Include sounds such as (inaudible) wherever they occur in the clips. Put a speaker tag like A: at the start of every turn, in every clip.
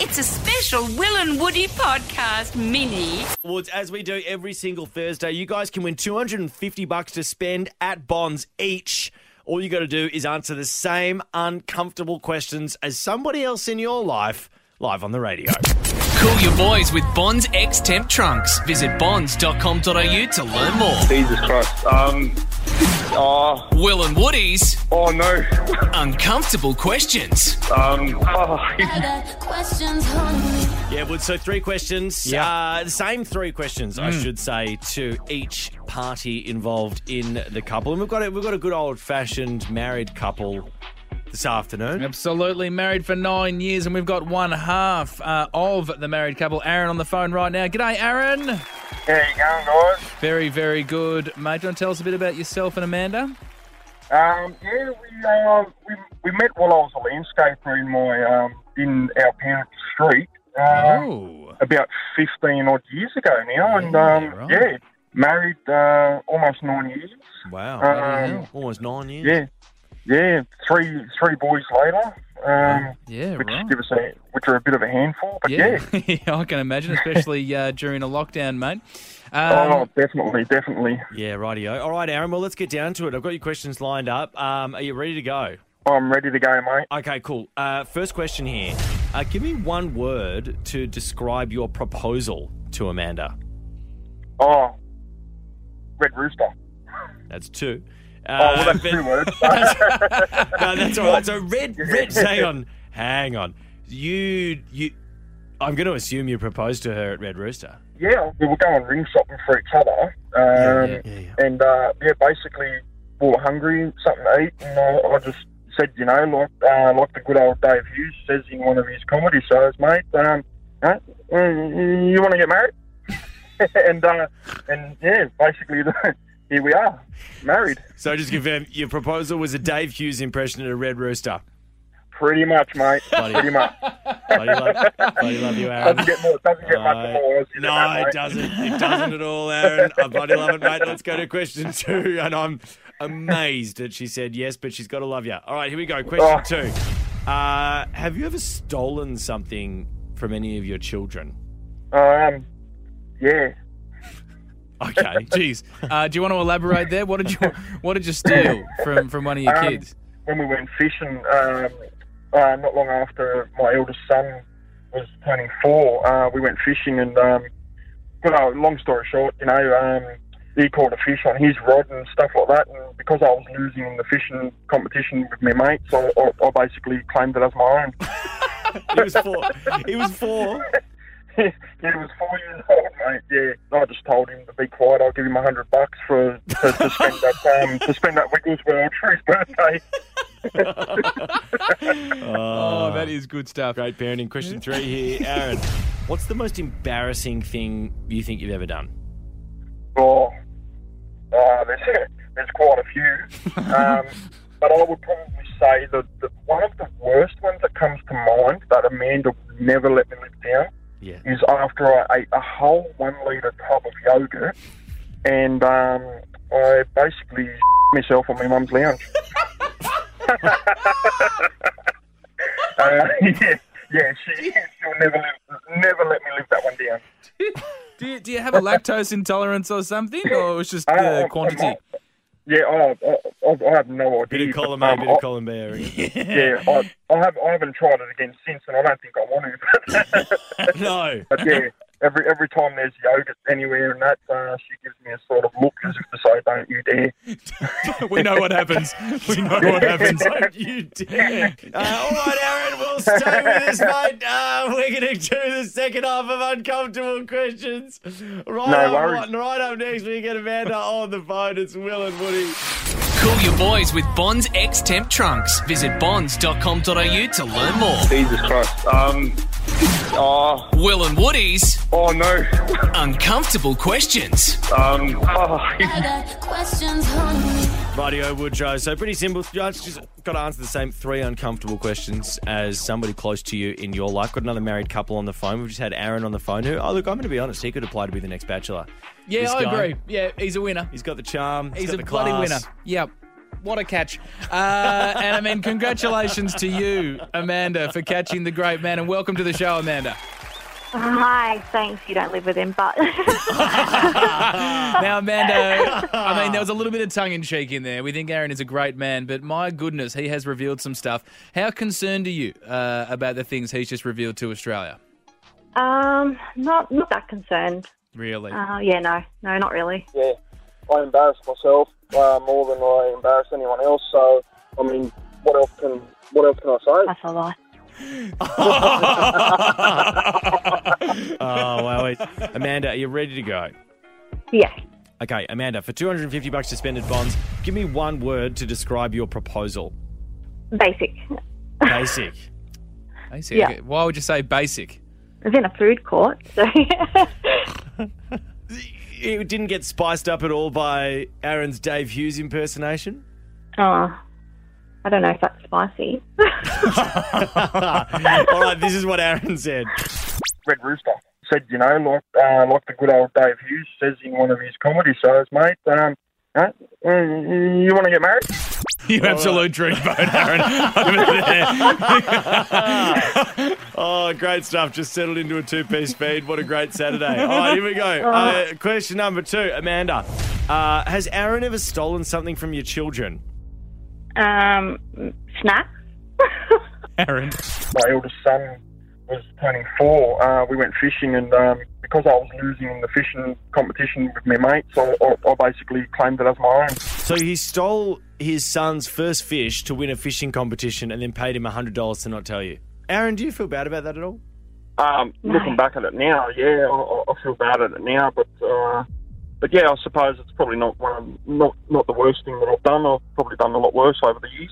A: It's a special Will and Woody podcast mini.
B: Woods, as we do every single Thursday, you guys can win 250 bucks to spend at Bonds each. All you got to do is answer the same uncomfortable questions as somebody else in your life live on the radio.
C: Cool your boys with Bonds X Temp Trunks. Visit bonds.com.au to learn more.
D: Jesus Christ. Um. Oh.
C: Will and Woody's
D: Oh no.
C: uncomfortable questions.
D: Um. Oh, (laughs)
E: questions hungry.
B: yeah, Woods, so three questions.
F: Yeah.
B: Uh, the same three questions, I should say, to each party involved in the couple. And we've got a, we've got a good old fashioned married couple this afternoon.
F: Absolutely married for nine years, and we've got one half uh, of the married couple, Aaron, on the phone right now. G'day, Aaron.
D: how you going, guys?
F: Very, very good, mate. Do you want to tell us a bit about yourself and Amanda?
D: Um. Yeah, we um we, we met while I was a landscaper in my um in our parents' street. Um,
F: Oh,
D: About fifteen odd years ago now, and
F: Yeah,
D: um
F: right.
D: yeah, married uh, almost nine years.
B: Wow.
D: Um,
B: Almost nine years.
D: yeah. Yeah. Three three boys later. Um.
F: yeah,
D: Which
F: right.
D: give us a, which are a bit of a handful, but yeah,
F: (laughs) Yeah, I can imagine, especially uh, during a lockdown, mate.
D: oh,
F: Um,
D: definitely, definitely.
B: Yeah, rightio. All right, Aaron. Well, let's get down to it. I've got your questions lined up. Um, are you ready to go?
D: Oh, I'm ready to go, mate.
B: Okay, cool. Uh, first question here. Uh, give me one word to describe your proposal to Amanda.
D: Oh, Red Rooster.
B: That's two.
D: Oh,
B: Uh,
D: well, that's
B: but- (laughs)
D: two words. Uh,
B: No, that's all
D: (laughs)
B: right. So red, red. Hang on, hang on. You, you. I'm going to assume you proposed to her at Red Rooster.
D: yeah, we were going ring shopping for each other. Um,
F: Yeah,
B: yeah, yeah.
D: And, uh, yeah, basically, we were hungry, something to eat, and uh, I, I just said, you know, like uh, like the good old Dave Hughes says in one of his comedy shows, mate, um, huh? Mm, you want to get married? (laughs) and, uh, and yeah, basically, (laughs) here we are, married.
B: So just confirm your proposal was a Dave Hughes impression at a Red Rooster.
D: Pretty much, mate.
B: Bloody-
D: Pretty much.
B: (laughs) Bloody love, bloody love you, Aaron.
D: Doesn't get more. Doesn't get much more. Aussie than that,
B: no,
D: mate.
B: it doesn't.
D: (laughs)
B: It doesn't at all, Aaron. I bloody love it, mate. Let's go to question two. And I'm amazed that she said yes, but she's got to love you. All right, here we go.
D: Oh.
B: Question two. Uh, have you ever stolen something from any of your children?
D: Um, yeah. (laughs)
B: Okay.
F: Jeez, uh, do you want to elaborate there? What did you What did you steal from from one of your
D: Um,
F: kids?
D: When we went fishing, um, uh, not long after my eldest son was turning four, uh, we went fishing and, um, well, long story short, you know, um, he caught a fish on his rod and stuff like that. And because I was losing in the fishing competition with my mates, I, I, I basically claimed it as my own. (laughs)
B: He was four. He was four.
D: he was four years old, mate. Yeah, I just told him to be quiet. I'll give him a hundred bucks for to, to spend that um, to spend that Wigglesworth for his birthday.
F: Oh, that is good stuff.
B: Great parenting. Question three here, Aaron. What's the most embarrassing thing you think you've ever done?
D: Oh, uh, there's, (laughs) there's quite a few. Um, but I would probably say that the, one of the worst ones that comes to mind that Amanda would never let me live down
B: Yeah.
D: is after I ate a whole one litre tub of yogurt and um, I basically (laughs) myself on my mum's lounge. (laughs) uh, (laughs) yeah, yeah, she, she'll never, live, never let me live that one down.
F: Do you, do you have a lactose intolerance or something, or it's just
D: Uh,
F: uh,
D: I-
F: (laughs) quantity?
D: I- Yeah, I, I, I- I have no idea.
B: Bit of column
D: but,
B: A,
D: um,
B: bit of
D: I-
B: column B. I reckon.
D: (laughs) Yeah, I, I, have, I haven't tried it again since, and I don't think I want to. (laughs)
B: No.
D: but yeah, every every time there's yogurt anywhere and that, uh, she gives me a sort of look as if to say, "Don't you dare."
F: we know what happens. We know
D: (laughs)
F: what happens.
B: Don't you dare. Uh, all right, Aaron, we'll stay with us, mate. Uh, we're going to do the second half of Uncomfortable Questions. Right,
D: No
B: up,
D: worries.
B: right up next, we get Amanda on the phone. It's Will and Woody.
C: Cool your boys with Bonds X Temp Trunks. Visit bonds.com.au to learn more.
D: Jesus Christ. Um. Oh.
C: Will and Woody's
D: Oh no.
C: uncomfortable questions.
D: (laughs) Um.
E: I got questions hungry.
B: Radio Woodrow. So, pretty simple. You just got to answer the same three uncomfortable questions as somebody close to you in your life. Got another married couple on the phone. We've just had Aaron on the phone who, oh, look, I'm going to be honest, he could apply to be the next bachelor.
F: Yeah,
B: This
F: I
B: guy.
F: agree. Yeah, he's a winner.
B: He's got the charm.
F: He's
B: got
F: a
B: the
F: bloody
B: class.
F: winner. Yep. what a catch. Uh, (laughs) and I mean, congratulations to you, Amanda, for catching the great man. And welcome to the show, Amanda.
G: Hi, thanks. You don't live with him, but (laughs)
F: Now, Amanda, I mean, there was a little bit of tongue in cheek in there. We think Aaron is a great man, but my goodness, he has revealed some stuff. How concerned are you uh, about the things he's just revealed to Australia?
G: um, not not that concerned.
F: Really?
G: Uh, yeah, no, no, not really.
D: yeah, I embarrass myself uh, more than I embarrass anyone else. So, I mean, what else can what else can I say?
G: That's a lie.
B: Oh, wow. wait. Amanda, are you ready to go?
G: Yeah,
B: Okay, Amanda, for 250 bucks to spend at Bonds, give me one word to describe your proposal.
G: basic.
B: Basic.
F: Basic.
G: Yeah.
F: Okay, Why would you say basic?
G: It's in a food court, so (laughs) uh,
B: it didn't get spiced up at all by Aaron's Dave Hughes impersonation. (laughs)
G: oh, I don't know if that's spicy. (laughs)
B: all right, this is what Aaron said.
D: Red Rooster said, you know, like uh, like the good old Dave Hughes says in one of his comedy shows, mate. Um, huh? Mm, you want to get married?
F: You absolute drinkboat, Aaron. Over there.
B: (laughs) Oh, great stuff. Just settled into a two piece feed. What a great Saturday. All right, here we go. Uh, question number two Amanda, uh, has Aaron ever stolen something from your children?
G: Um, snacks. (laughs)
F: Aaron. (laughs)
D: my eldest son was turning four, uh, we went fishing, and um, because I was losing in the fishing competition with my mates, I, I, I basically claimed it as my own.
B: So he stole his son's first fish to win a fishing competition and then paid him $100 to not tell you. Aaron, do you feel bad about that at (laughs) all?
D: Um, Looking back at it now, yeah, I, I- I feel bad at it now, but uh, but yeah, I suppose it's probably not one of, not not the worst thing that I've done. I've probably done a lot worse over the years.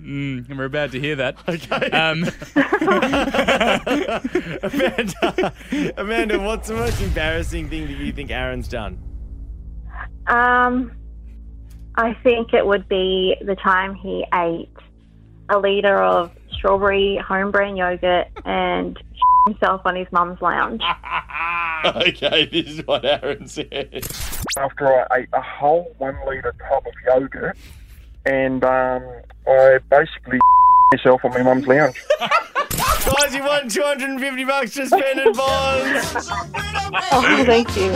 F: Mm, and we're about to hear
G: (laughs)
F: that. Okay. Um,
B: Amanda, Amanda, what's the most embarrassing thing that you think Aaron's done?
G: Um, I think it would be the time he ate a liter of strawberry home brand yogurt and (laughs) himself on his mum's lounge.
B: Okay, this is what Aaron said.
D: after I ate a whole one litre tub of yogurt, and um, I basically (laughs) myself on my mum's lounge.
B: Guys, you won 250 bucks to spend at Bonds.
G: (laughs) Oh, thank
B: (laughs)
G: you.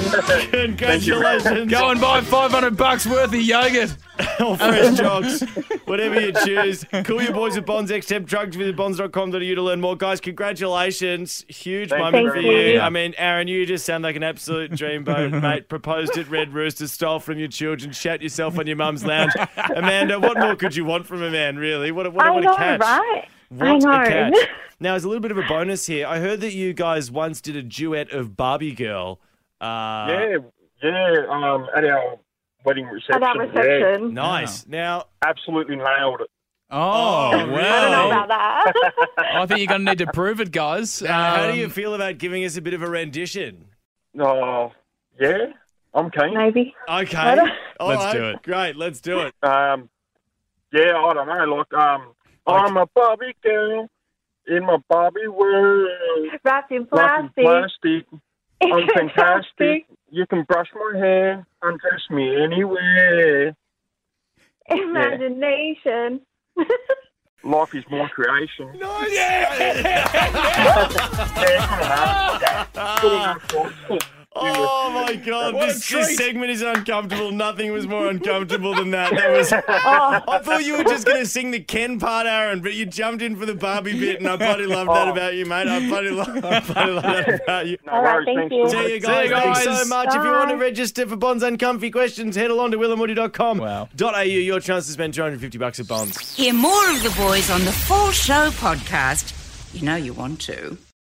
B: Congratulations.
F: go and buy 500 bucks worth of yogurt.
B: (laughs) or fresh jocks, whatever you choose. Call your boys at Bonds X Temp Drugs. Visit bonds.com.au to learn more. Guys, congratulations. Huge
D: Thank
B: moment
G: you
B: for
G: very
B: you.
G: much.
B: I mean, Aaron, you just sound like an absolute dreamboat,
G: (laughs)
B: mate. Proposed at Red Rooster, stole from your children, shat yourself on your mum's lounge. Amanda, what more could you want from a man, really? What a, what a,
G: I
B: what a
G: know,
B: catch.
G: right? I
B: What a
G: know.
B: catch.
G: (laughs)
B: Now, as a little bit of a bonus here, I heard that you guys once did a duet of Barbie Girl. Uh,
D: yeah, yeah, um, at our wedding
G: At
D: reception.
G: our
D: Yeah,
G: reception.
B: Nice. Now,
D: absolutely nailed it.
F: Oh,
B: Oh,
F: well.
G: I don't know about that.
D: (laughs)
F: I think you're going to need to prove it, guys.
B: how
F: Um,
B: do you feel about giving us a bit of a rendition?
D: Oh, yeah, I'm keen.
G: Maybe.
B: Okay. All
F: Let's
B: right.
F: do it.
B: Great. Let's do it.
D: Um, yeah, I don't know. Like, um, I'm a Barbie girl in my Barbie world.
G: Wrapped in
D: Wrapped in
G: plastic.
D: plastic.
G: (laughs)
D: I'm fantastic. You can brush my hair, undress me anywhere.
G: Imagination.
D: Life is my creation.
G: (laughs)
B: Oh my God! This, this segment is uncomfortable. Nothing was more uncomfortable than that. That was. (laughs) I thought you were just going to sing the Ken part, Aaron, but you jumped in for the Barbie bit, and I bloody love that about you, mate. I bloody love, I bloody love that about you.
D: No
G: All right,
D: worries,
G: thank
D: thanks.
G: you.
D: guys.
B: See you guys.
F: you
B: Thanks so
F: guys.
B: much. If you want to
G: Bye.
B: register for Bonds Uncomfy Questions, head along to willamwoody.com.
F: Wow.
B: Dot .au, your chance to spend 250 bucks at Bonds.
A: Hear more of the boys on the Full Show podcast. You know you want to.